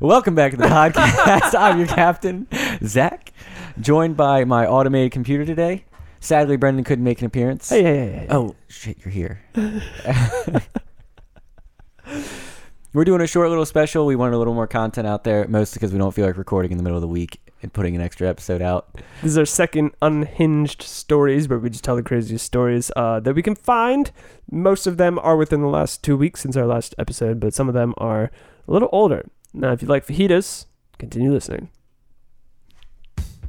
Welcome back to the podcast. I'm your captain, Zach, joined by my automated computer today. Sadly, Brendan couldn't make an appearance. Hey, hey, hey, hey. Oh, shit, you're here. We're doing a short little special. We wanted a little more content out there, mostly because we don't feel like recording in the middle of the week and putting an extra episode out. This is our second unhinged stories where we just tell the craziest stories uh, that we can find. Most of them are within the last two weeks since our last episode, but some of them are a little older. Now, if you like fajitas, continue listening.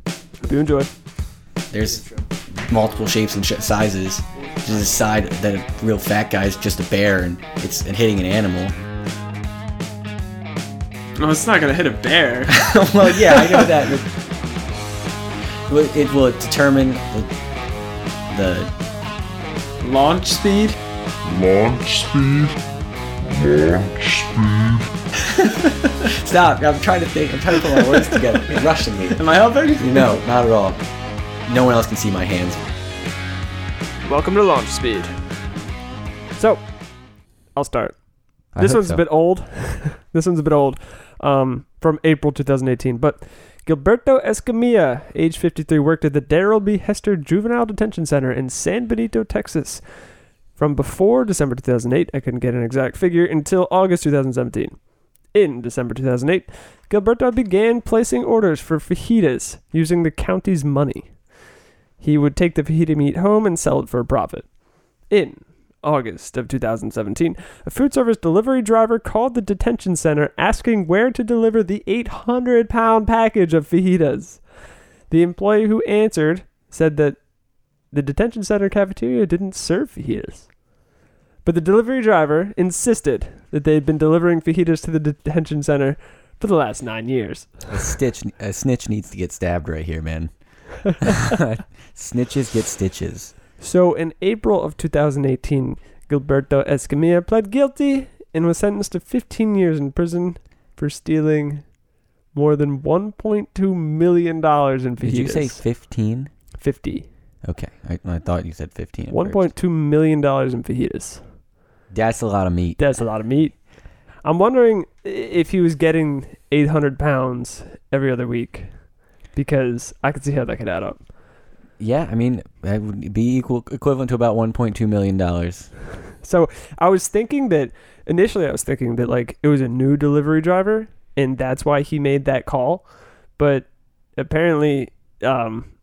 Hope you enjoy. There's multiple shapes and sh- sizes. There's a side that a real fat guy is just a bear and it's and hitting an animal. Well, Oh, it's not gonna hit a bear. well, yeah, I know that. But Well, it will determine the, the Launch speed? Launch speed. Launch speed. stop. I'm trying to think. I'm trying to put my words together. You're rushing me. Am I helping? No, not at all. No one else can see my hands. Welcome to launch speed. So, I'll start. I this hope one's so. a bit old. this one's a bit old. Um, from April 2018. But Gilberto Escamilla, age 53, worked at the Darrell B. Hester Juvenile Detention Center in San Benito, Texas, from before December 2008. I couldn't get an exact figure until August 2017. In December 2008, Gilberto began placing orders for fajitas using the county's money. He would take the fajita meat home and sell it for a profit. In August of 2017, a food service delivery driver called the detention center asking where to deliver the 800 pound package of fajitas. The employee who answered said that the detention center cafeteria didn't serve fajitas. But the delivery driver insisted that they had been delivering fajitas to the detention center for the last nine years. A, stitch, a snitch needs to get stabbed right here, man. Snitches get stitches. So in April of 2018, Gilberto Escamilla pled guilty and was sentenced to 15 years in prison for stealing more than 1.2 million dollars in fajitas. Did you say 15? 50? Okay, I, I thought you said 15. at first. 1.2 million dollars in fajitas. That's a lot of meat. That's a lot of meat. I'm wondering i- if he was getting 800 pounds every other week, because I could see how that could add up. Yeah, I mean, that would be equal equivalent to about 1.2 million dollars. So I was thinking that initially I was thinking that like it was a new delivery driver and that's why he made that call, but apparently um,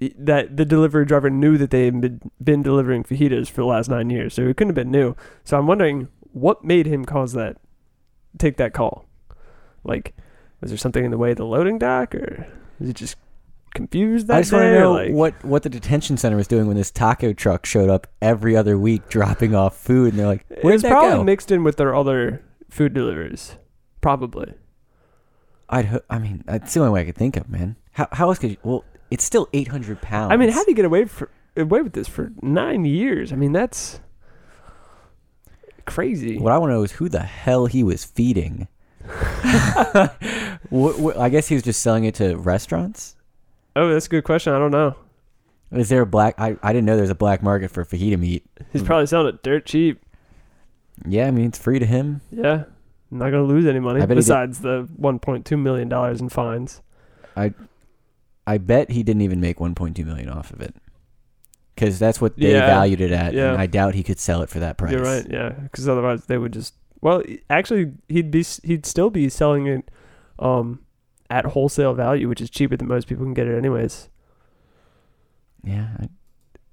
i- that the delivery driver knew that they had been, been delivering fajitas for the last nine years, so it couldn't have been new. So I'm wondering what made him cause that, take that call. Like, was there something in the way of the loading dock, or was he just confused that I just day? want to or, know like- what what the detention center was doing when this taco truck showed up every other week, dropping off food, and they're like, It "Where's was that probably go?" mixed in with their other food deliveries, probably. I'd, ho- I mean, that's the only way I could think of, man. How how else could you? Well, it's still 800 pounds. I mean, how do you get away for away with this for nine years? I mean, that's crazy. What I want to know is who the hell he was feeding. what, what, I guess he was just selling it to restaurants. Oh, that's a good question. I don't know. Is there a black? I, I didn't know there's a black market for fajita meat. He's probably selling it dirt cheap. Yeah, I mean it's free to him. Yeah, I'm not gonna lose any money I bet he did- besides the 1.2 million dollars in fines. I bet he didn't even make 1.2 million off of it, because that's what they Yeah. valued it at, Yeah. and I doubt he could sell it for that price. You're right. Yeah, because otherwise they would just. Well, i- actually, he'd be s- he'd still be selling it, um, at wholesale value, which is cheaper than most people can get it anyways. Yeah, I,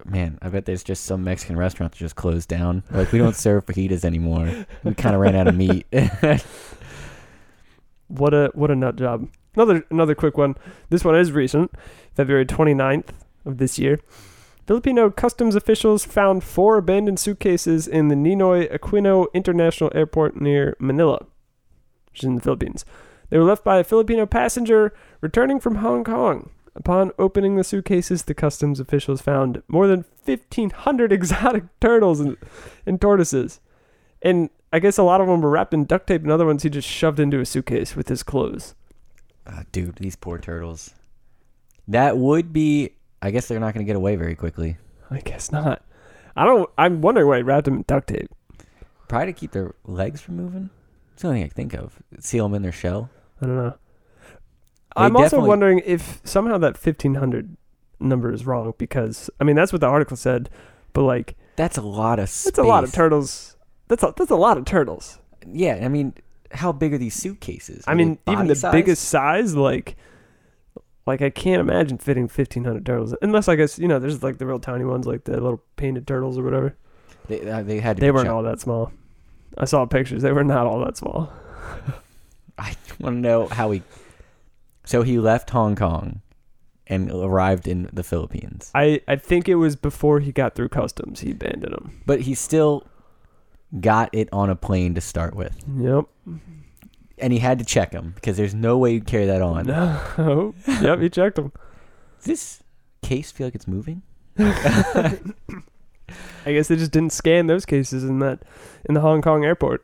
man, I bet there's just some Mexican restaurant that just closed down. Like we don't serve fajitas anymore. We kind of ran out of meat. Ah, What a what a nut job. Another another quick one. This one is recent, February 29th of this year. Filipino customs officials found four abandoned suitcases in the Ninoy Aquino International Airport near Manila, which is in the Philippines. They were left by a Filipino passenger returning from Hong Kong. Upon opening the suitcases, the customs officials found more than 1,500 exotic turtles and, and tortoises. And I guess a lot of them were wrapped in duct tape, and other ones he just shoved into a suitcase with his clothes. Ah, dude, these poor turtles. That would be. I guess they're not going to get away very quickly. I guess not. I don't. I'm wondering why he wrapped them in duct tape. Probably to keep their legs from moving. It's the only thing I can think of. Seal them in their shell. I don't know. I'm also definitely- wondering if somehow that 1500 number is wrong because I mean that's what the article said, but like That's a lot of space. that's a lot of turtles. That's a, that's a lot of turtles. Yeah, I mean, how big are these suitcases? I Are mean, they even body the size? biggest size, like, like I can't imagine fitting 1,500 turtles. Unless I guess you know, there's like the real tiny ones, like the little painted turtles or whatever. They, uh, they had to They be weren't giant. all that small. I saw pictures. They were not all that small. I want to know how he. So he left Hong Kong, and arrived in the Philippines, I I think it was before he got through customs. He abandoned them. but he still got it on a plane to start with, Yep. and he had to check him because there's no way you'd carry that on. No. Oh, yep. He checked them. Does this case feel like it's moving? I guess they just didn't scan those cases in that in the Hong Kong airport.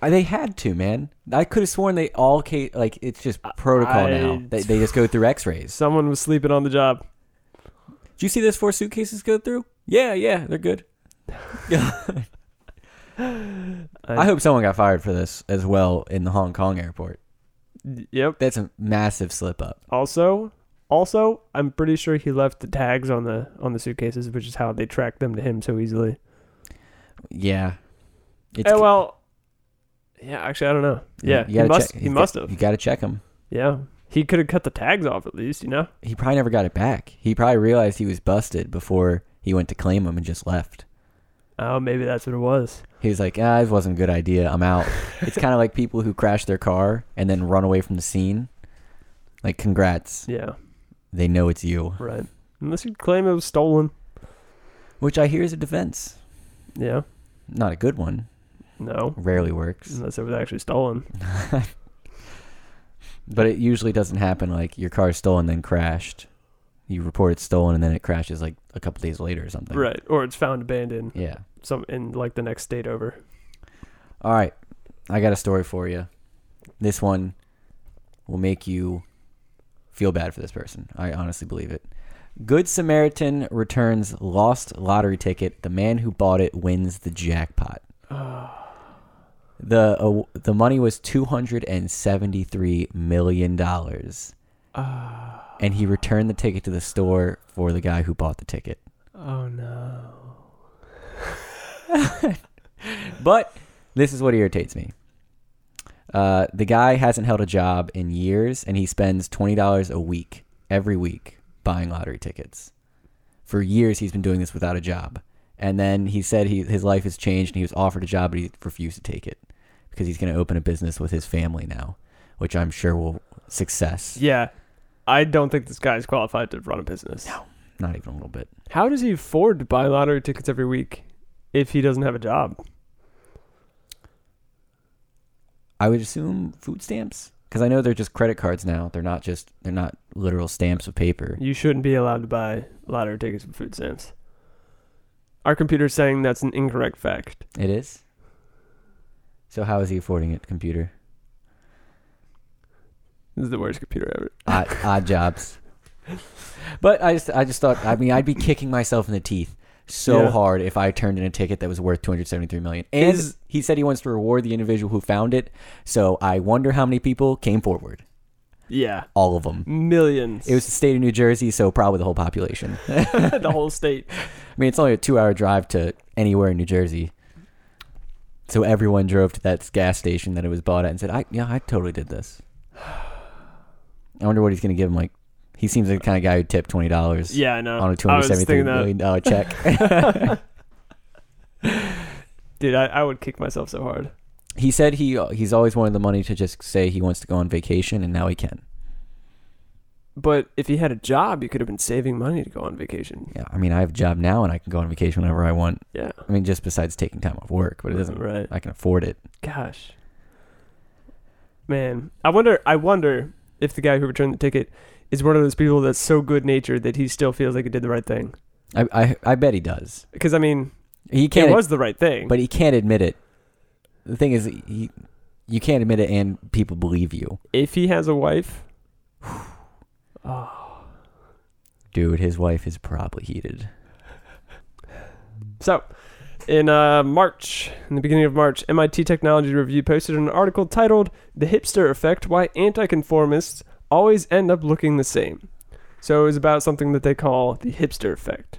Uh, They had to, man. I could have sworn they all ca- like it's just protocol now. I- They, they just go through X-rays. Someone was sleeping on the job. Did you see those four suitcases go through? Yeah, yeah, they're good. I hope someone got fired for this as well in the Hong Kong airport. Yep. That's a massive slip up. Also, also, I'm pretty sure he left the tags on the on the suitcases, which is how they tracked them to him so easily. Yeah. It's, Eh, well, yeah, actually, I don't know. Yeah, you gotta he must check- he you must got- have. You got to check him. Yeah, he could have cut the tags off at least, you know. He probably never got it back. He probably realized he was busted before he went to claim him and just left. Oh, maybe that's what it was. He was like, ah, this wasn't a good idea. I'm out. Oh, it's kind of like people who crash their car and then run away from the scene. Like, congrats. Yeah, They know it's you. right. Unless you claim it was stolen. Which I hear is a defense. Yeah. Not a good one. No. Rarely works. Unless it was actually stolen. But it usually doesn't happen like your car's stolen, then crashed. You report it's stolen, and then it crashes like a couple days later or something. Right. Or it's found abandoned Yeah. some in like the next state over. All right. I got a story for you. This one will make you feel bad for this person. I honestly believe it. Good Samaritan returns lost lottery ticket. The man who bought it wins the jackpot. The uh, the money was two hundred and seventy three million dollars, Uh, and he returned the ticket to the store for the guy who bought the ticket. Oh no. But this is what irritates me. Uh, the guy hasn't held a job in years, and he spends twenty dollars a week every week buying lottery tickets. For years, he's been doing this without a job, and then he said he, his life has changed, and he was offered a job, but he refused to take it because he's going to open a business with his family now, which I'm sure will success. Yeah. I don't think this guy's qualified to run a business. No. Not even a little bit. How does he afford to buy lottery tickets every week if he doesn't have a job? I would assume food stamps because I know they're just credit cards now. They're not just they're not literal stamps of paper. You shouldn't be allowed to buy lottery tickets with food stamps. Our computer's saying that's an incorrect fact. It is. So how is he affording it? Computer This is the worst computer ever. odd, odd jobs. But I just I just thought I mean I'd be kicking myself in the teeth so Yeah. hard if I turned in a ticket that was worth 273 million. And Is- he said he wants to reward the individual who found it. So I wonder how many people came forward. Yeah. All of them. Millions. It was the state of New Jersey, so probably the whole population. I the whole state. mean, it's only a 2-hour drive to anywhere in New Jersey. So everyone drove to that gas station that it was bought at and said, "I yeah, I totally did this." I wonder what he's going to give him like he seems like the kind of guy who tipped twenty dollars. Yeah, I know. on a two I hundred was seventy-three thinking that. million dollar check. Dude, I, I would kick myself so hard. he said he he's always wanted the money to just say he wants to go on vacation, and now he can. But if he had a job, you could have been saving money to go on vacation. Yeah, I mean, I have a job now, and I can go on vacation whenever I want. Yeah. Mm-hmm. I mean, just besides taking time off work, but it doesn't. Right. I can afford it. Gosh. Man, I wonder I wonder if the guy who returned the ticket is one of those people that's so good-natured that he still feels like he did the right thing. I I, I bet he does. Because I mean, He it can't, was the right thing. but he can't admit it. The thing is, he you can't admit it, and people believe you, if he has a wife, ah. dude. His wife is probably heated. so In uh, March, in the beginning of March, MIT Technology Review posted an article titled The Hipster Effect Why Anticonformists Always End Up Looking the Same. So it was about something that they call the hipster effect.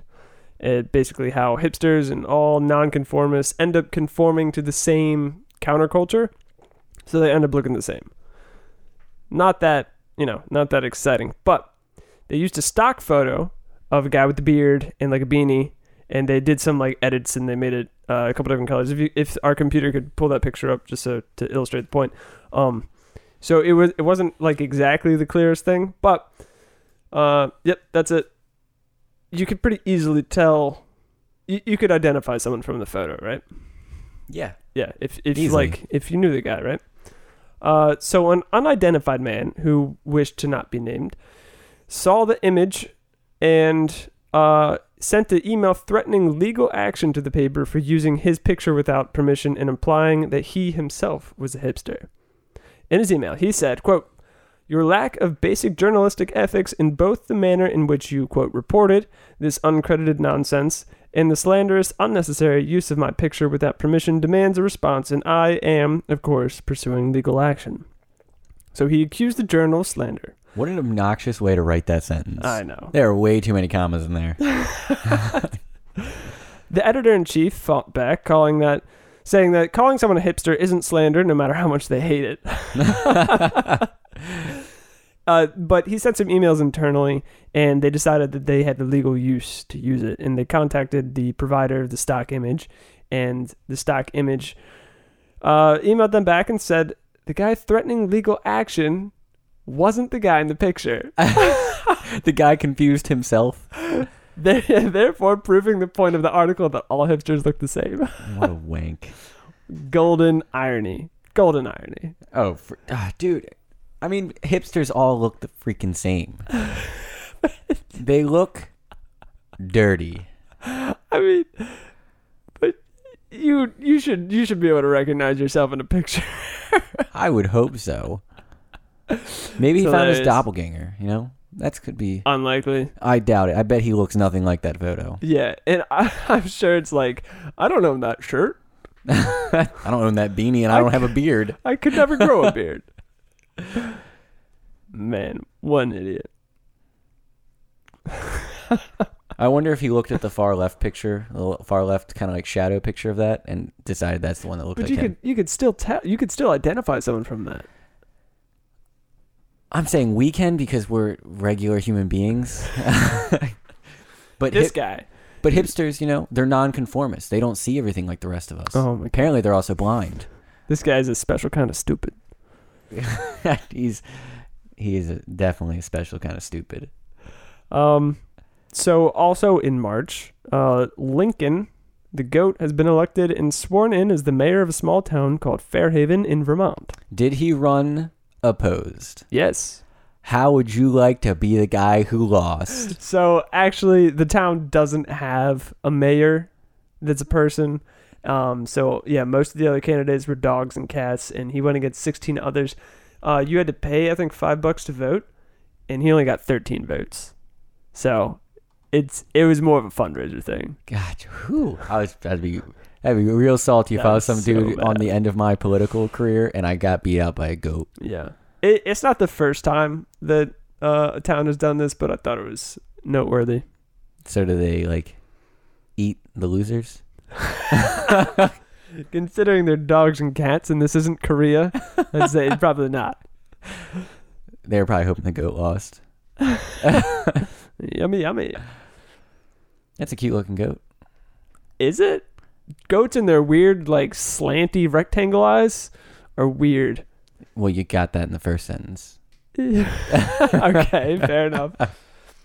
It basically how hipsters and all nonconformists end up conforming to the same counterculture, so they end up looking the same. Not that, you know, not that exciting, but they used a stock photo of a guy with a beard and like a beanie and they did some like edits and they made it uh, a couple different colors. If you, if our computer could pull that picture up just so to illustrate the point, um, so it was it wasn't like exactly the clearest thing, but uh, yep, that's it. You could pretty easily tell. You, you could identify someone from the photo, right? Yeah. Yeah, if if you Easily. like if you knew the guy, right? Uh, so an unidentified man who wished to not be named saw the image and uh, sent an email threatening legal action to the paper for using his picture without permission and implying that he himself was a hipster. In his email, he said, quote, your lack of basic journalistic ethics in both the manner in which you, quote, reported this uncredited nonsense and the slanderous, unnecessary use of my picture without permission demands a response, and I am, of course, pursuing legal action. So he accused the journal of slander. What an obnoxious way to write that sentence. I know. There are way too many commas in there. The editor in chief fought back, calling that, saying that calling someone a hipster isn't slander, no matter how much they hate it. uh, but he sent some emails internally, and they decided that they had the legal use to use it, and they contacted the provider of the stock image, and the stock image uh, emailed them back and said the guy threatening legal action wasn't the guy in the picture. the guy confused himself. They- Therefore, proving the point of the article that all hipsters look the same. What a wank. Golden irony. Golden irony. Oh, fr- ah, dude. I mean, hipsters all look the freaking same. they look dirty. I mean, but you you should you should be able to recognize yourself in a picture. I would hope so. Maybe he It's found his hilarious. doppelganger, you know? That could be. Unlikely. I doubt it. I bet he looks nothing like that photo. Yeah, and I, I'm sure it's like I don't own that shirt. I don't own that beanie and I don't have a beard. I could never grow a beard. Man, one idiot. I wonder if he looked at the far left picture, the l- far left kind of like shadow picture of that, and decided that's the one that looked But like you him. could you could still tell you could still identify someone from that. I'm saying we can because we're regular human beings. but This hip- guy. but hipsters, you know, they're nonconformists. They don't see everything like the rest of us. Oh my Apparently, they're also blind. This guy's a special kind of stupid. He's he is a, definitely a special kind of stupid. Um, so also in March, uh, Lincoln, the goat, has been elected and sworn in as the mayor of a small town called Fairhaven in Vermont. Did he run opposed? Yes. How would you like to be the guy who lost? So actually, the town doesn't have a mayor that's a person. Um, so yeah, most of the other candidates were dogs and cats, and he went against 16 others. Uh, you had to pay, I think, five bucks to vote, and he only got 13 votes. So it's it was more of a fundraiser thing. God, who? I was that'd be that'd be real salty if I was some That's so dude on bad. the end of my political career and I got beat out by a goat. Yeah. It, it's not the first time that uh, a town has done this, but I thought it was noteworthy. So do they like eat the losers? Considering they're dogs and cats and this isn't Korea, I'd say probably not. They were probably hoping the goat lost. Yummy, yummy. That's a cute looking goat. Is it? Goats and their weird, like, slanty rectangle eyes are weird. Well, you got that in the first sentence. okay, fair enough. I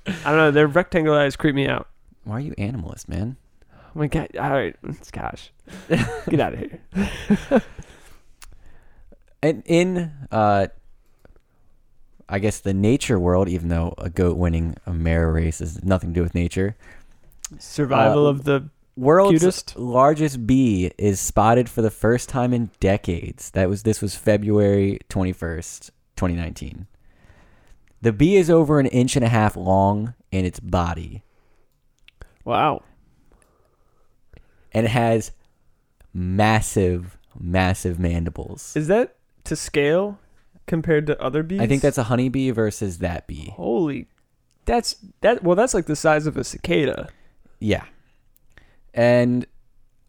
don't know. Their rectangle eyes creep me out. Why are you animalist, man? Oh my god. All right. Gosh. Get out of here. And in uh I guess the nature world, even though a goat winning a mare race has nothing to do with nature. Survival Uh, of the. World's Cutest? largest bee is spotted for the first time in decades. That was this was February 21st, 2019. The bee is over an inch and a half long in its body. Wow. and it has massive, massive mandibles. Is that to scale compared to other bees? I think that's a honeybee versus that bee. holy. That's that. Well, that's like the size of a cicada. Yeah. And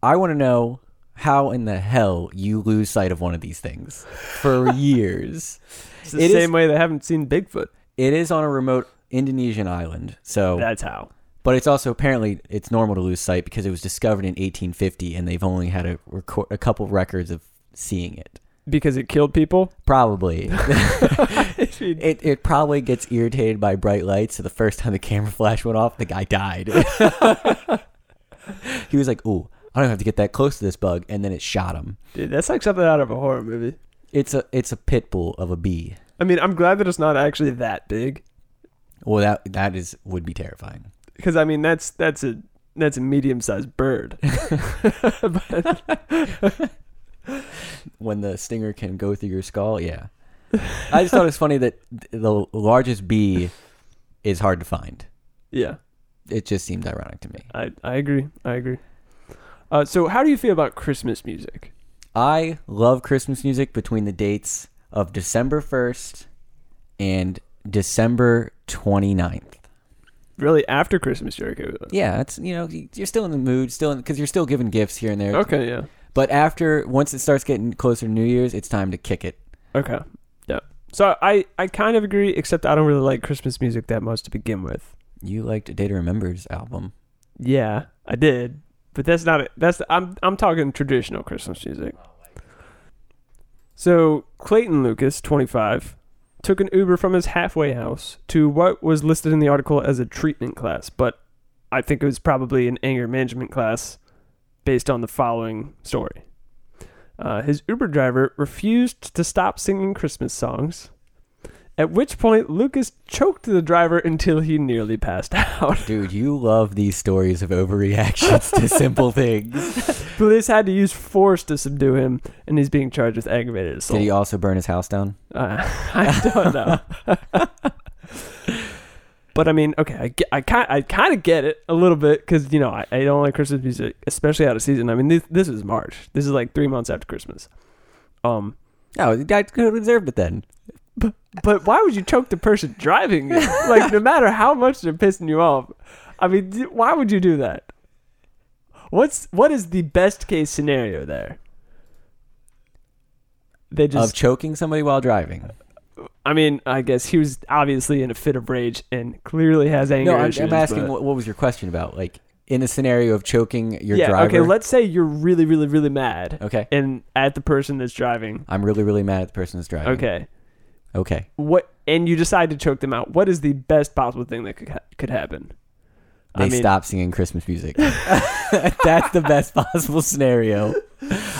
I want to know how in the hell you lose sight of one of these things for years. It's the It is- same way they haven't seen Bigfoot. It is on a remote Indonesian island. So That's how. But it's also apparently it's normal to lose sight because it was discovered in 1850, and they've only had a record, a couple records of seeing it. Because it killed people. Probably If you- it it probably gets irritated by bright lights. So the first time the camera flash went off, the guy died. he was like, "Ooh, I don't have to get that close to this bug," and then it shot him. Dude, that's like something out of a horror movie. It's a it's a pit bull of a bee. I mean, I'm glad that it's not actually that big. Well, that that is would be terrifying. Because I mean, that's that's a that's a medium-sized bird. But- when the stinger can go through your skull. Yeah, I just thought it was funny that th- the largest bee is hard to find. yeah, It just seemed ironic to me. I I agree. I agree. Uh, so, how do you feel about Christmas music? I love Christmas music between the dates of December first and December 29th. Really, after Christmas, you're okay with it? Yeah, it's you know you're still in the mood, still because you're still giving gifts here and there. Okay, yeah. But after once it starts getting closer to New Year's, it's time to kick it. Okay. Yeah. So I, I kind of agree, except I don't really like Christmas music that much to begin with. You liked Data Remembers album. Yeah, I did, but that's not it. That's I'm I'm talking traditional Christmas music. So Clayton Lucas, 25, took an Uber from his halfway house to what was listed in the article as a treatment class, but I think it was probably an anger management class, based on the following story. Uh, his Uber driver refused to stop singing Christmas songs. At which point, Lucas choked the driver until he nearly passed out. Dude, you love these stories of overreactions to simple things. Police had to use force to subdue him, and he's being charged with aggravated assault. Did he also burn his house down? Uh, I don't know. but I mean, okay, I, ge- I, ki- I kind of get it a little bit because, you know, I, I don't like Christmas music, especially out of season. I mean, this, this is March. This is like three months after Christmas. Um, No, the guy could have deserved it then. But why would you choke the person driving you? like, no matter how much they're pissing you off, I mean, d- why would you do that? What's what is the best case scenario there? They Of just, choking somebody while driving. I mean, I guess he was obviously in a fit of rage and clearly has anger No, I'm, issues. I'm asking but- what, what was your question about? Like, in the scenario of choking your yeah, driver. okay. Let's say you're really, really, really mad, Okay. and at the person that's driving. I'm really, really mad at the person who's driving. Okay, Okay. what? And you decide to choke them out. What is the best possible thing that could ha- could happen? They I mean- stop singing Christmas music. That's the best possible scenario.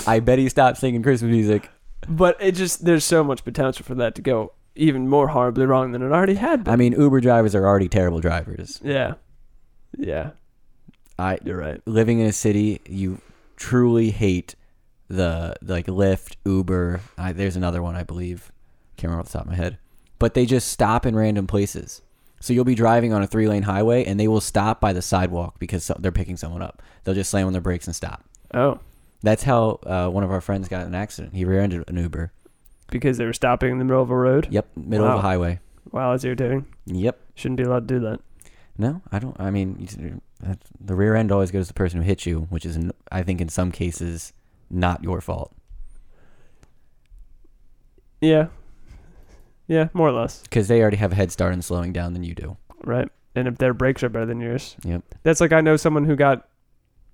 I bet he stopped singing Christmas music. But it just there's so much potential for that to go even more horribly wrong than it already had been. I mean, Uber drivers are already terrible drivers. yeah. Yeah. I You're right. living in a city, you truly hate the like Lyft, Uber. I, there's another one I believe. Can't remember off the top of my head, but they just stop in random places. So you'll be driving on a three lane highway, and they will stop by the sidewalk because so- they're picking someone up. They'll just slam on their brakes and stop. Oh. That's how uh, one of our friends got in an accident. He rear-ended an Uber. Because they were stopping in the middle of a road. Yep, middle of Wow. a highway. Wow, that's irritating. Yep. Shouldn't be allowed to do that. No, I don't. I mean, you- that's- the rear end always goes to the person who hit you, which is, n- I think, in some cases, not your fault. Yeah. Yeah, more or less. because they already have a head start in slowing down than you do. Right. And if their brakes are better than yours. Yep. That's like I know someone who got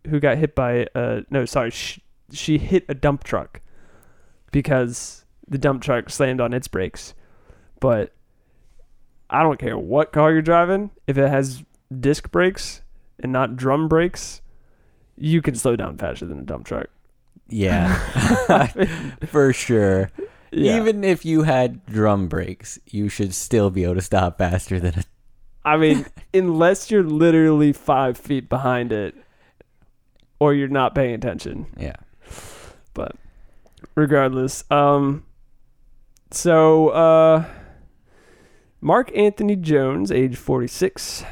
who got hit by uh no, sorry, sh- she hit a dump truck because the dump truck slammed on its brakes. But I don't care what car you're driving, if it has disc brakes and not drum brakes, you can slow down faster than a dump truck. Yeah, for sure. Yeah. Even if you had drum brakes, you should still be able to stop faster than a. I mean, unless you're literally five feet behind it or you're not paying attention. Yeah, but regardless um so uh mark anthony jones age 46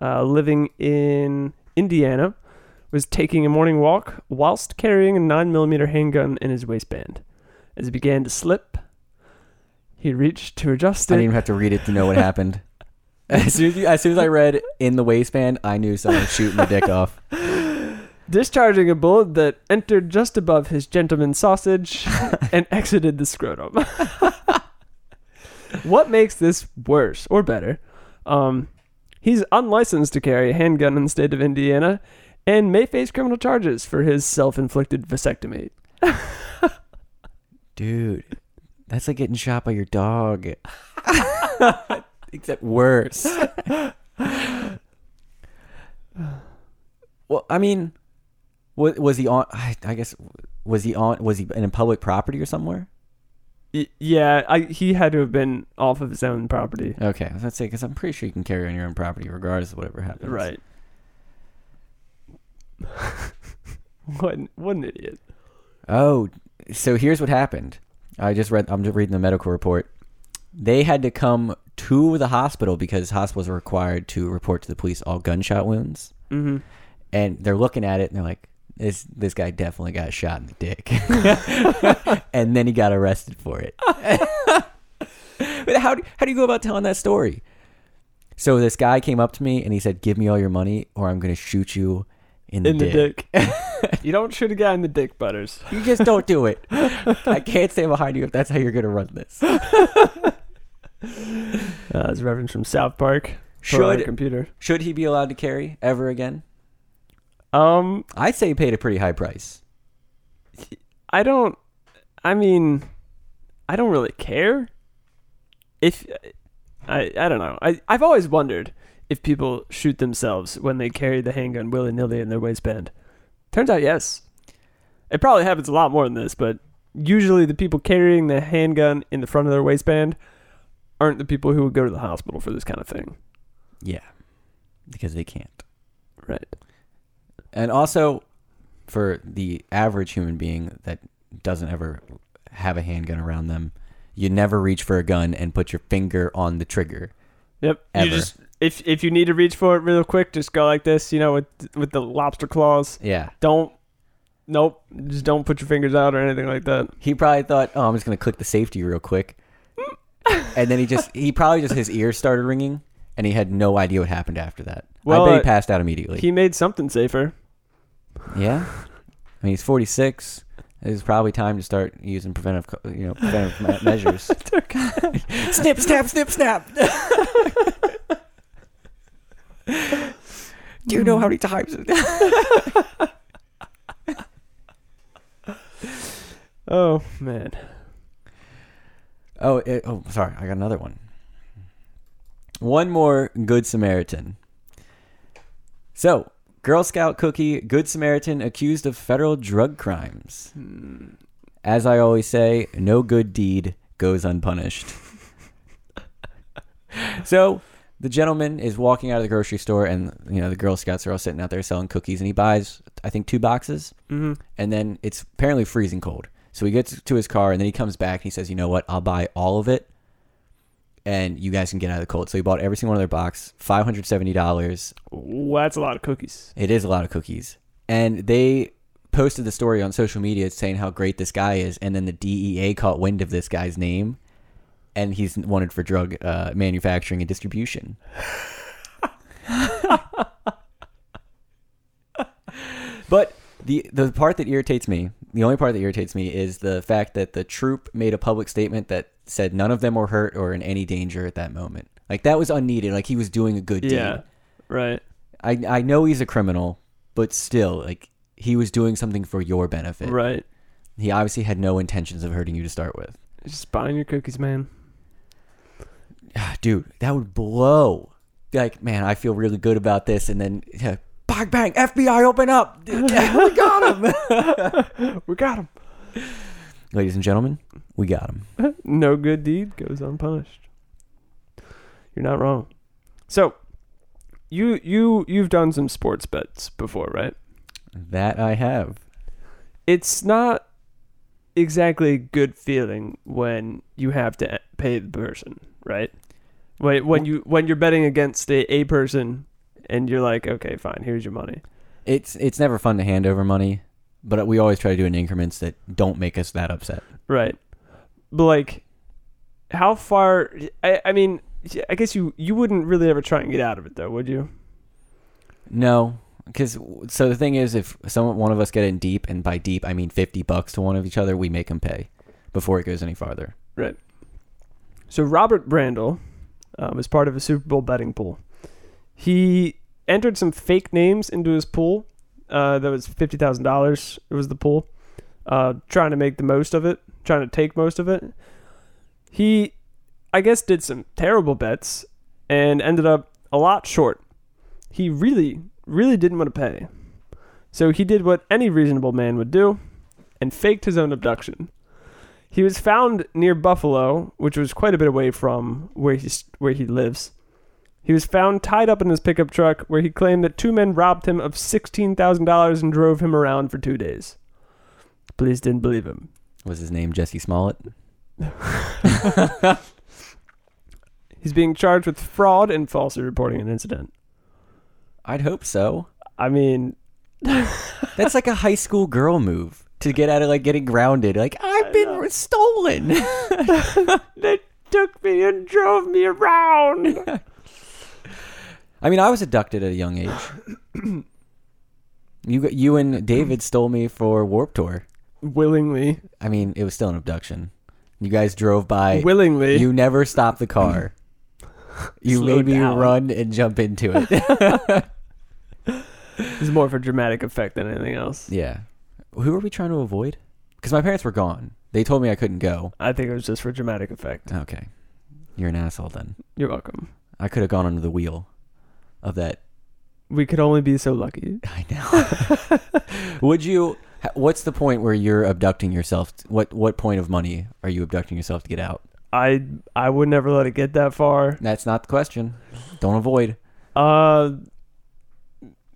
uh living in indiana was taking a morning walk whilst carrying a 9mm handgun in his waistband. As it began to slip, he reached to adjust I didn't it. even have to read it to know what happened. As soon as, you- as soon as I read in the waistband, I knew someone was shooting the dick off. discharging a bullet that entered just above his gentleman sausage and exited the scrotum. what makes this worse or better? Um, he's unlicensed to carry a handgun in the state of Indiana and may face criminal charges for his self inflicted vasectomy. Dude, that's like getting shot by your dog. Except worse. well, I mean, was, was he on? I, I guess was he on? Was he in a public property or somewhere? Y- yeah, I, he had to have been off of his own property. Okay, I was about to say because I'm pretty sure you can carry on your own property regardless of whatever happens. Right. what, an, what an idiot. Oh, so here's what happened. I just read. I'm just reading the medical report. They had to come to the hospital because hospitals are required to report to the police all gunshot wounds. Mm-hmm. And they're looking at it and they're like, "This this guy definitely got shot in the dick," and then he got arrested for it. but how do, how do you go about telling that story? So this guy came up to me and he said, "Give me all your money, or I'm going to shoot you in the In the dick." dick. you don't shoot a guy in the dick, Butters. You just don't do it. I can't stay behind you if that's how you're gonna run this. Uh, it's a reference from South Park. for our Should computer? should he be allowed to carry ever again? Um, I'd say he paid a pretty high price. I don't. I mean, I don't really care. If I, I don't know. I I've always wondered if people shoot themselves when they carry the handgun willy nilly in their waistband. Turns out, yes. It probably happens a lot more than this, but usually the people carrying the handgun in the front of their waistband aren't the people who would go to the hospital for this kind of thing. Yeah, because they can't. Right. And also, for the average human being that doesn't ever have a handgun around them, you never reach for a gun and put your finger on the trigger. Yep. Ever. You just if if you need to reach for it real quick, just go like this, you know, with with the lobster claws. Yeah, Don't nope. Just don't put your fingers out or anything like that. he probably thought, "Oh, I'm just gonna click the safety real quick," and then he just he probably just his ears started ringing, and he had no idea what happened after that. Well, I bet uh, he passed out immediately. He made something safer. Yeah, I mean he's 46. It's probably time to start using preventive, co- you know, preventive me- measures. snip, snap, snip, snap. Do you know how many times? Oh man. oh, it, oh, sorry, I got another one. One more Good Samaritan. So, Girl Scout cookie, Good Samaritan accused of federal drug crimes. As I always say, no good deed goes unpunished. so the gentleman is walking out of the grocery store, and you know the Girl Scouts are all sitting out there selling cookies, and he buys I think two boxes, mm-hmm. and then it's apparently freezing cold. So he gets to his car, and then he comes back and he says, "You know what? I'll buy all of it, and you guys can get out of the cold." So he bought every single one of their box, five hundred seventy dollars. Ooh, that's a lot of cookies. It is a lot of cookies. And they posted the story on social media saying how great this guy is. And then the DEA caught wind of this guy's name. And he's wanted for drug uh, manufacturing and distribution. but the the part that irritates me, the only part that irritates me, is the fact that the troop made a public statement that said none of them were hurt or in any danger at that moment. Like that was unneeded. Like he was doing a good deed. Yeah. Right. I I know he's a criminal, but still, like he was doing something for your benefit. Right. He obviously had no intentions of hurting you to start with. Just buying your cookies, man. Dude, that would blow. Like, man, I feel really good about this, and then yeah, bang bang, FBI, open up! we got him, We got him. ladies and gentlemen, we got him. no good deed goes unpunished. You're not wrong. So, you you you've done some sports bets before, right? That I have. it's not exactly a good feeling when you have to pay the person, right? When when you when you're betting against a, a person and you're like, okay, fine, here's your money. It's it's never fun to hand over money, but we always try to do it in increments that don't make us that upset. Right. But like how far I, I mean I guess you you wouldn't really ever try and get out of it though, would you? No, because so the thing is, if someone one of us get in deep, and by deep I mean fifty bucks to one of each other, we make them pay before it goes any farther. So Robert Brandel um, is part of a Super Bowl betting pool. He entered some fake names into his pool. Uh, that was fifty thousand dollars. It was the pool, uh, trying to make the most of it, trying to take most of it. He, I guess, did some terrible bets and ended up a lot short. He really, really didn't want to pay, so he did what any reasonable man would do, and faked his own abduction. He was found near Buffalo, which was quite a bit away from where he where he lives. He was found tied up in his pickup truck, where he claimed that two men robbed him of sixteen thousand dollars and drove him around for two days. Police didn't believe him. Was his name Jesse Smollett? He's being charged with fraud and falsely reporting an incident. I'd hope so. I mean, That's like a high school girl move to get out of like getting grounded. Like I've been re- stolen. they took me and drove me around. I mean, I was abducted at a young age. you got- you and David stole me for Warp Tour. willingly, I mean, it was still an abduction. You guys drove by. willingly. You never stopped the car. You Slow made me down. run and jump into it. This is more for dramatic effect than anything else. yeah. Who were we trying to avoid? Because my parents were gone. They told me I couldn't go. I think it was just for dramatic effect. Okay. You're an asshole then. You're welcome. I could have gone under the wheel of that. We could only be so lucky. I know. Would you? h- What's the point where you're abducting yourself? What what point of money are you abducting yourself to get out? I I would never let it get that far. That's not the question. Don't avoid. Uh,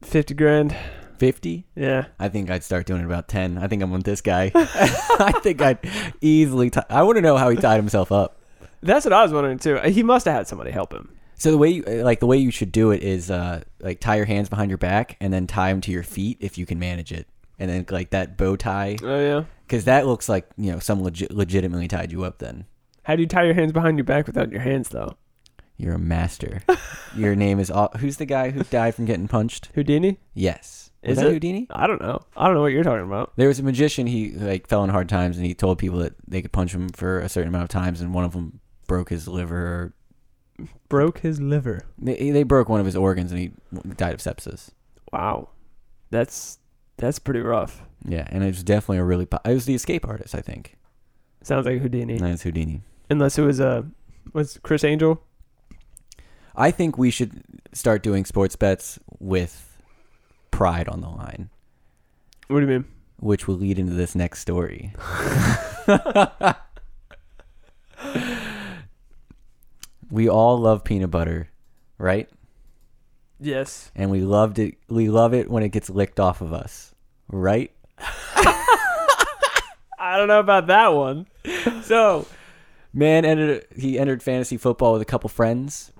fifty grand. 50? Yeah, I think I'd start doing it about 10. I think I'm with this guy. I think I'd easily. T- I want to know how he tied himself up. that's what I was wondering too. He must have had somebody help him. So the way, you, uh, like the way you should do it is, uh, like tie your hands behind your back and then tie them to your feet if you can manage it, and then like that bow tie, Oh yeah. because that looks like you know some legi- legitimately tied you up. Then How do you tie your hands behind your back without your hands though? you're a master. your name is all- who's the guy who died from getting punched? Houdini? Yes, Is was that it? Houdini? I don't know. I don't know what you're talking about. There was a magician. He like fell in hard times, and he told people that they could punch him for a certain amount of times, and one of them broke his liver or Broke his liver. They, they broke one of his organs and he died of sepsis. Wow, that's that's pretty rough. Yeah, and it was definitely a really. Po- it was the escape artist, I think. Sounds like Houdini. And that's Houdini. Unless it was uh, was Chris Angel? I think we should start doing sports bets with pride on the line, What do you mean? which will lead into this next story. we all love peanut butter, right? Yes. And we loved it. We love it when it gets licked off of us, right? I don't know about that one. So, man entered he entered fantasy football with a couple friends,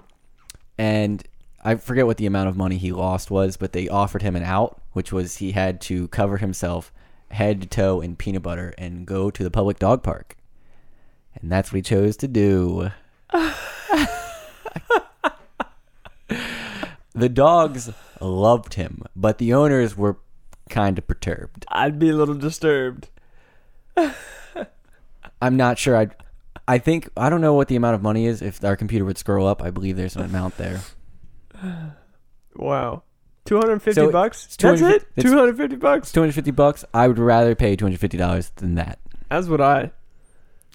and I forget what the amount of money he lost was, but they offered him an out, which was he had to cover himself head to toe in peanut butter and go to the public dog park, and that's what he chose to do. the dogs loved him, but the owners were kind of perturbed. I'd be a little disturbed. I'm not sure. I, I think I don't know what the amount of money is. If our computer would scroll up, I believe there's an amount there. Wow. 250 So, bucks? it's That's 250 it? it's- 250 bucks? It's 250 bucks. I would rather pay 250 dollars than that. That's what I.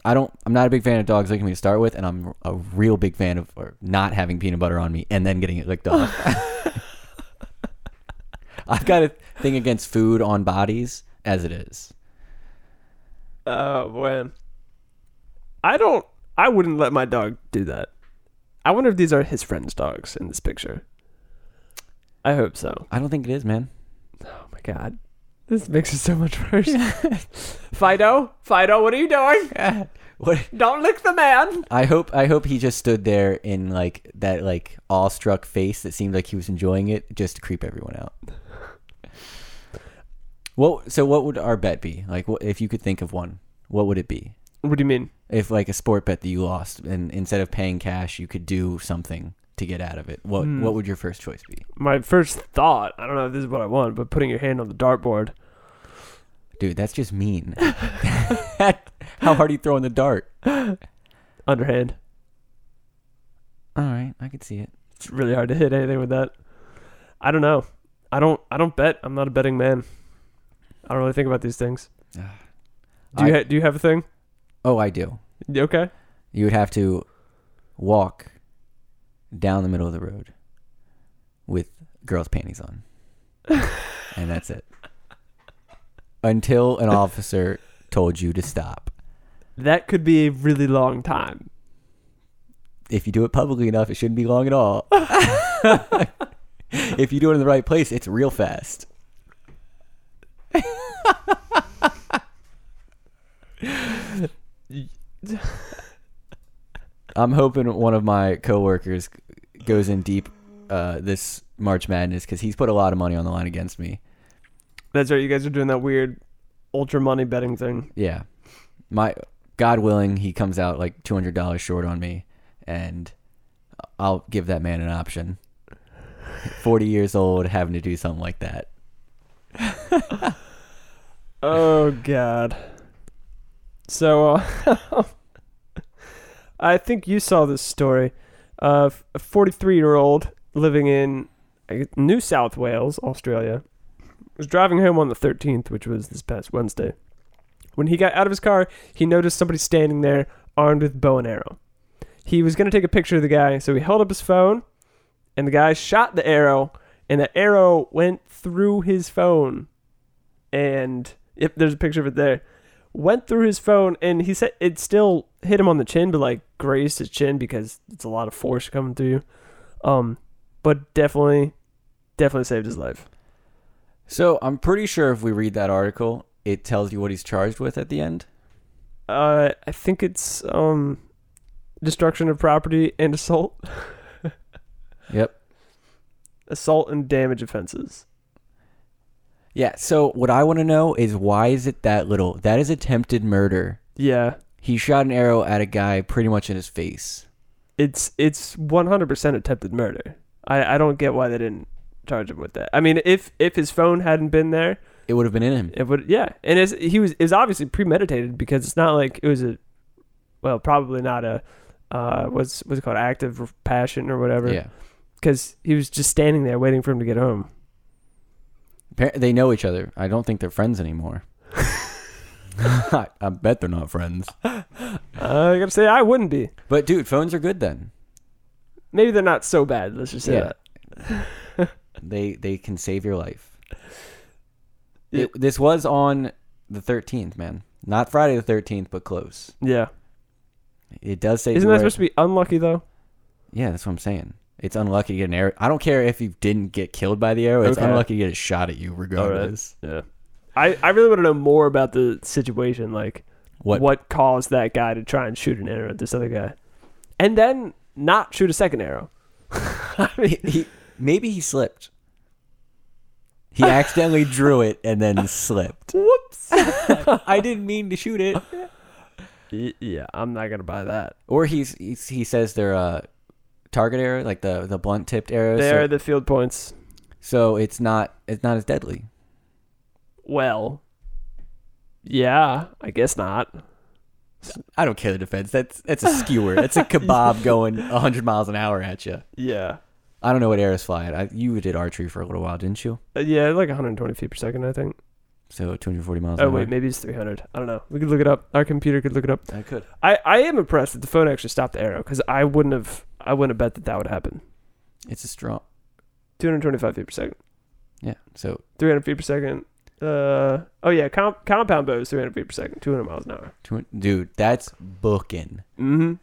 I don't. I'm not a big fan of dogs licking me to start with, and I'm a real big fan of or not having peanut butter on me and then getting it licked off. I've got a thing against food on bodies as it is. Oh, man. I don't. I wouldn't let my dog do that. I wonder if these are his friend's dogs in this picture. I hope so. I don't think it is, man. Oh, my God. This makes it so much worse. Fido? Fido, what are you doing? What? Don't lick the man. I hope I hope he just stood there in like that like awestruck face that seemed like he was enjoying it just to creep everyone out. What? So what would our bet be? Like, wh- if you could think of one, what would it be? What do you mean? If like a sport bet that you lost, and instead of paying cash, you could do something to get out of it. What Hmm. What would your first choice be, My first thought, I don't know if this is what I want, but putting your hand on the dartboard. dude? That's just mean. How hard are you throwing the dart? Underhand. All right, I could see it. It's really hard to hit anything with that. I don't know. I don't I don't bet. I'm not a betting man. I don't really think about these things. Do Ah. you I- ha- do you have a thing? Oh, I do. Okay. You would have to walk down the middle of the road with girls' panties on. and that's it. Until an officer told you to stop. That could be a really long time. If you do it publicly enough, it shouldn't be long at all. if you do it in the right place, it's real fast. I'm hoping one of my coworkers goes in deep uh, this March Madness because he's put a lot of money on the line against me. That's right. You guys are doing that weird ultra money betting thing. Yeah, my God willing, he comes out like two hundred dollars short on me, and I'll give that man an option. Forty years old, having to do something like that. Oh god. So uh, I think you saw this story of a 43-year-old living in I guess, New South Wales, Australia. Was driving home on the 13th, which was this past Wednesday. When he got out of his car, he noticed somebody standing there armed with bow and arrow. He was going to take a picture of the guy, so he held up his phone and the guy shot the arrow and the arrow went through his phone and yep, there's a picture of it there. Went through his phone, and he said it still hit him on the chin, but like grazed his chin because it's a lot of force coming through. Um, but definitely, definitely saved his life. So I'm pretty sure if we read that article, it tells you what he's charged with at the end. Uh, I think it's um, destruction of property and assault, Yep. assault and damage offenses. Yeah. So what I want to know is why is it that little? That is attempted murder. Yeah, He shot an arrow at a guy pretty much in his face. it's it's 100% attempted murder. I I don't get why they didn't charge him with that. I mean, if if his phone hadn't been there, It would have been in him. It would, yeah. And it's, he was it was obviously premeditated because it's not like it was a, well, probably not a, uh, what's what's it called active passion or whatever. Yeah. Because he was just standing there waiting for him to get home. Appar- They know each other. I don't think they're friends anymore. I bet they're not friends. Uh, I gotta say, I wouldn't be. But dude, phones are good then. Maybe they're not so bad. Let's just say Yeah. that. They they can save your life. Yeah. It- this was on the 13th, man. Not Friday the 13th, but close. Yeah. It does say. Isn't that supposed to be unlucky though? Yeah, that's what I'm saying. It's unlucky to get an arrow. I don't care if you didn't get killed by the arrow. It's Okay. unlucky to get a shot at you, regardless. Yeah. I I really want to know more about the situation. Like, What? what caused that guy to try and shoot an arrow at this other guy, and then not shoot a second arrow. I mean, He, he- maybe he slipped. He accidentally drew it and then slipped. whoops. I didn't mean to shoot it. Y- Yeah, I'm not gonna buy that. Or he's, he's he says they're uh, target arrow, like the the blunt tipped arrows. There so- are the field points. so it's not it's not as deadly. Well, yeah, I guess not. I don't care the defense. That's that's a skewer. that's a kebab going 100 miles an hour at you. Yeah, I don't know what arrows fly at. I, you did archery for a little while, didn't you? Uh, yeah, like 120 feet per second, I think. So 240 miles. Oh an hour. wait, maybe it's 300. I don't know. We could look it up. Our computer could look it up. I could. I I am impressed that the phone actually stopped the arrow because I wouldn't have I wouldn't have bet that that would happen. It's a strong. 225 feet per second, Yeah. So 300 feet per second. Uh oh yeah, comp- compound bow is 300 feet per second, 200 miles an hour. tw- dude, that's booking. Mm-hmm.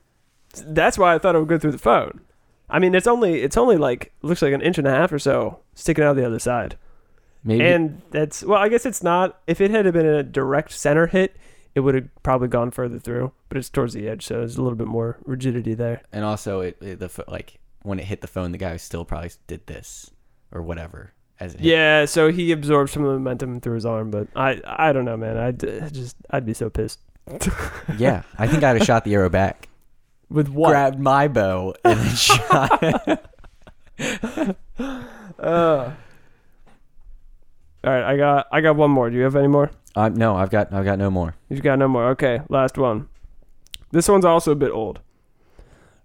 That's why I thought it would go through the phone. I mean, it's only it's only like looks like an inch and a half or so sticking out the other side, Maybe and that's well, I guess it's not. If it had been a direct center hit, it would have probably gone further through, but it's towards the edge, so there's a little bit more rigidity there. and also it, it the pho- like when it hit the phone, the guy still probably did this or whatever. as it hit. Yeah, so he absorbed some of the momentum through his arm, but I I don't know, man. I'd uh, just I'd be so pissed. yeah. I think I'd have shot the arrow back, With what? grabbed my bow, and then shot. Uh. All right, I got I got one more. Do you have any more? Um, no, I've got I've got no more. You've got no more. Okay, last one. This one's also a bit old.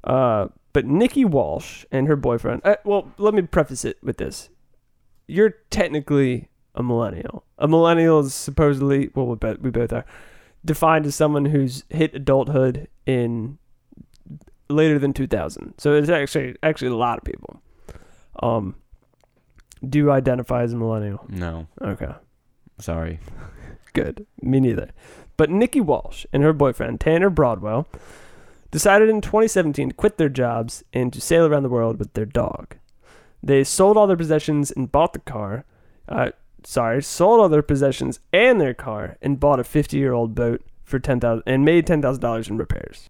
Uh, but Nikki Walsh and her boyfriend. Uh, well, let me preface it with this: you're technically a millennial. A millennial is supposedly well, we both we both are defined as someone who's hit adulthood in later than 2000. So it's actually actually a lot of people. Um, do you identify as a millennial? No, Okay. sorry. Good. Me neither. But Nikki Walsh and her boyfriend, Tanner Broadwell, decided in 2017 to quit their jobs and to sail around the world with their dog. They sold all their possessions and bought the car. Uh, sorry, sold all their possessions and their car and bought a 50 year old boat for 10000 and made $10,000 in repairs.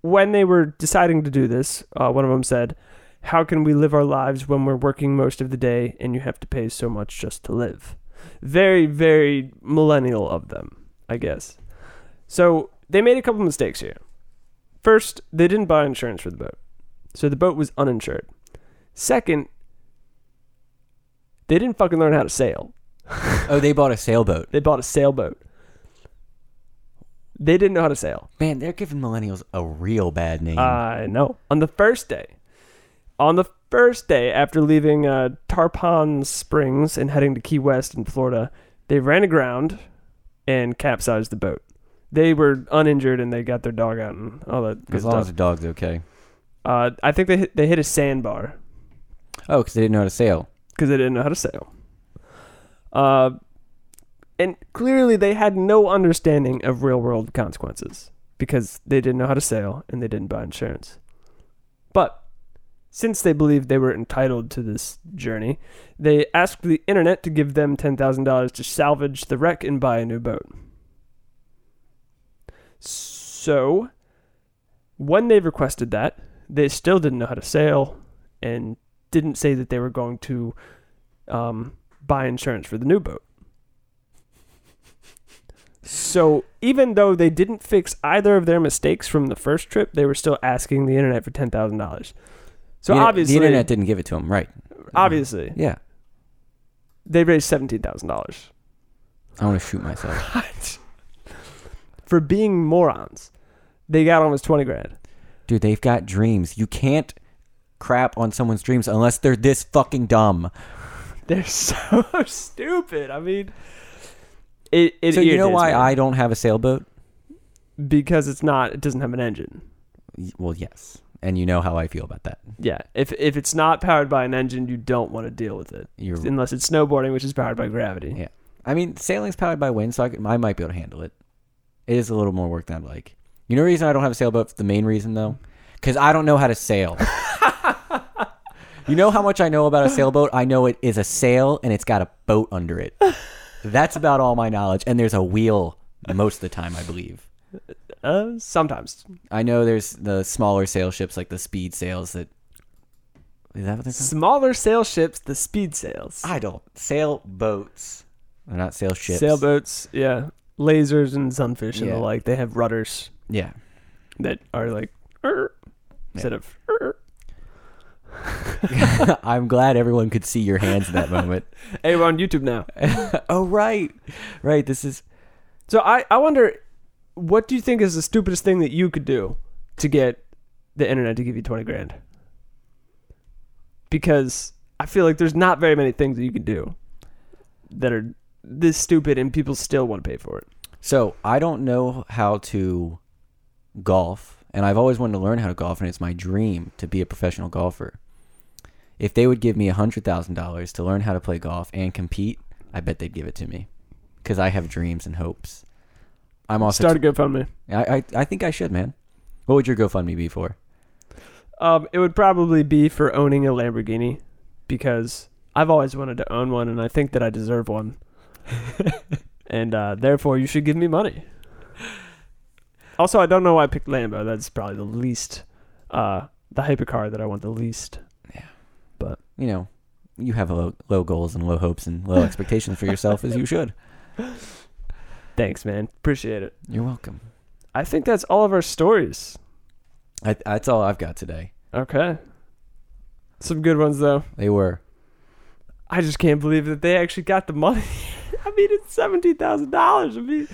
When they were deciding to do this, uh, one of them said, How can we live our lives when we're working most of the day and you have to pay so much just to live? very very millennial of them i guess so they made a couple mistakes here first they didn't buy insurance for the boat so the boat was uninsured second they didn't fucking learn how to sail Oh, they bought a sailboat. they bought a sailboat they didn't know how to sail Man, they're giving millennials a real bad name. I know. Uh, On the first day, on the first day after leaving uh, Tarpon Springs and heading to Key West in Florida, they ran aground and capsized the boat. They were uninjured and they got their dog out and all that good as long as stuff. the dog's okay. Uh, I think they hit, they hit a sandbar Oh, because they didn't know how to sail. because they didn't know how to sail. Uh, and clearly they had no understanding of real world consequences because they didn't know how to sail and they didn't buy insurance. But since they believed they were entitled to this journey, they asked the internet to give them $10,000 to salvage the wreck and buy a new boat. So, when they requested that, they still didn't know how to sail and didn't say that they were going to um, buy insurance for the new boat. So even though they didn't fix either of their mistakes from the first trip, they were still asking the internet for ten thousand dollars. So The inter- obviously, the internet didn't give it to them, right? obviously, Yeah. they raised seventeen thousand dollars I want to shoot myself. for being morons. They got almost twenty grand. Dude, they've got dreams. You can't crap on someone's dreams unless they're this fucking dumb. They're so stupid. I mean, it. it so you know irritates why me. I don't have a sailboat? because it's not. It doesn't have an engine. Y- Well, yes. And you know how I feel about that. Yeah, if if it's not powered by an engine, you don't want to deal with it You're unless it's snowboarding, which is powered by gravity. Yeah. I mean, sailing's powered by wind, so I, could- I might be able to handle it. It is a little more work than I'd like. You know the reason I don't have a sailboat? The main reason, though? Because I don't know how to sail. you know how much I know about a sailboat? I know it is a sail and it's got a boat under it. That's about all my knowledge. And there's a wheel most of the time, I believe. Uh, sometimes I know there's the smaller sail ships, like the speed sails that. Is that what they're called? smaller sail ships, the speed sails, I don't. Sailboats. They're not sail Ah, ships. sailboats, yeah, lasers and sunfish and the Yeah. like. They have rudders Yeah. that are like "Er," instead of "Er." I'm glad everyone could see your hands in that moment. hey, we're on YouTube now. oh right, right. This is So I I wonder, what do you think is the stupidest thing that you could do to get the internet to give you twenty grand? Because I feel like there's not very many things that you can do that are this stupid, and people still want to pay for it. so. I don't know how to golf, and I've always wanted to learn how to golf, and it's my dream to be a professional golfer. If they would give me hundred thousand dollars to learn how to play golf and compete, I bet they'd give it to me because I have dreams and hopes. I'm also. Start a GoFundMe. I, I I think I should, man. What would your GoFundMe be for? Um, it would probably be for owning a Lamborghini because I've always wanted to own one, and I think that I deserve one. and uh, therefore, you should give me money. Also, I don't know why I picked Lambo. That's probably the least, uh, the hypercar that I want the least. You know, you have low, low goals and low hopes and low expectations for yourself as you should. Thanks, man. Appreciate it. You're welcome. I think that's all of our stories. I, that's all I've got today. Okay. Some good ones though. They were I just can't believe that they actually got the money. I mean, it's seventeen thousand dollars. I mean,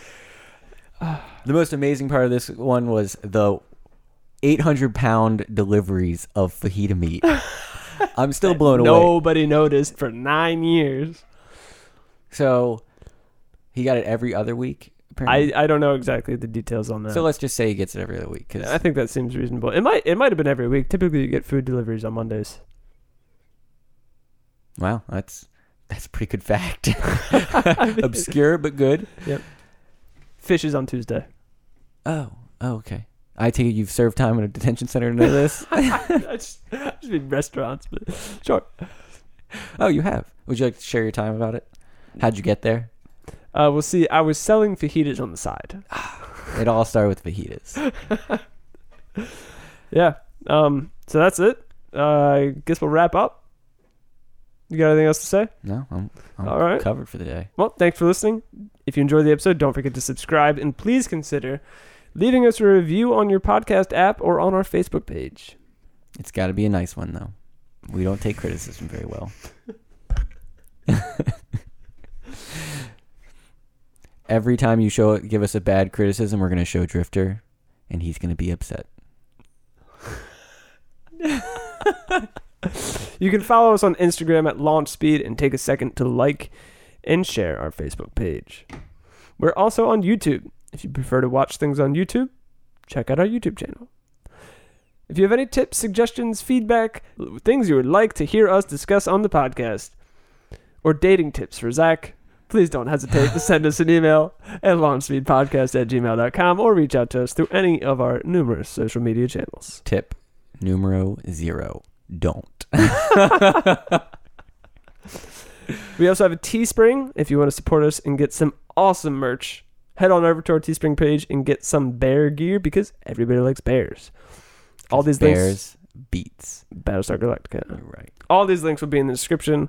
the most amazing part of this one was the 800 pound deliveries of fajita meat. I'm still blown away. nobody noticed for nine years. So he got it every other week. I, Apparently. I uh, don't know exactly the details on that. Hmm. so let's just say he gets it every other week I because think that seems reasonable. It might it might have been every week. Typically, you get food deliveries on Mondays. wow, that's that's a pretty good fact. Obscure but good. Fish is on Tuesday. Oh, oh, okay. I take it you've served time in a detention center to know this. I just, I just mean restaurants, but sure. oh, you have. Would you like to share your time about it? How'd you get there? Uh, we'll see. I was selling fajitas on the side. It all started with fajitas. Yeah. Um. So that's it. Uh, I guess we'll wrap up. You got anything else to say? No, I'm, I'm All right. covered for the day. Well, thanks for listening. If you enjoyed the episode, don't forget to subscribe and please consider leaving us a review on your podcast app or on our Facebook page. It's got to be a nice one though. We don't take criticism very well. Every time you show give us a bad criticism, we're gonna show Drifter, and he's gonna be upset. You can follow us on Instagram at Launch Speed and take a second to like and share our Facebook page. We're also on YouTube. If you prefer to watch things on YouTube, check out our YouTube channel. If you have any tips, suggestions, feedback, l- things you would like to hear us discuss on the podcast, or dating tips for Zach, please don't hesitate to send us an email at launchspeedpodcast at gmail.com or reach out to us through any of our numerous social media channels. Tip numero zero: Don't. We also have a Teespring. If you want to support us and get some awesome merch, head on over to our Teespring page and get some bear gear because everybody likes bears. All these links, Bears beats. Battlestar Galactica. You're right. All these links will be in the description.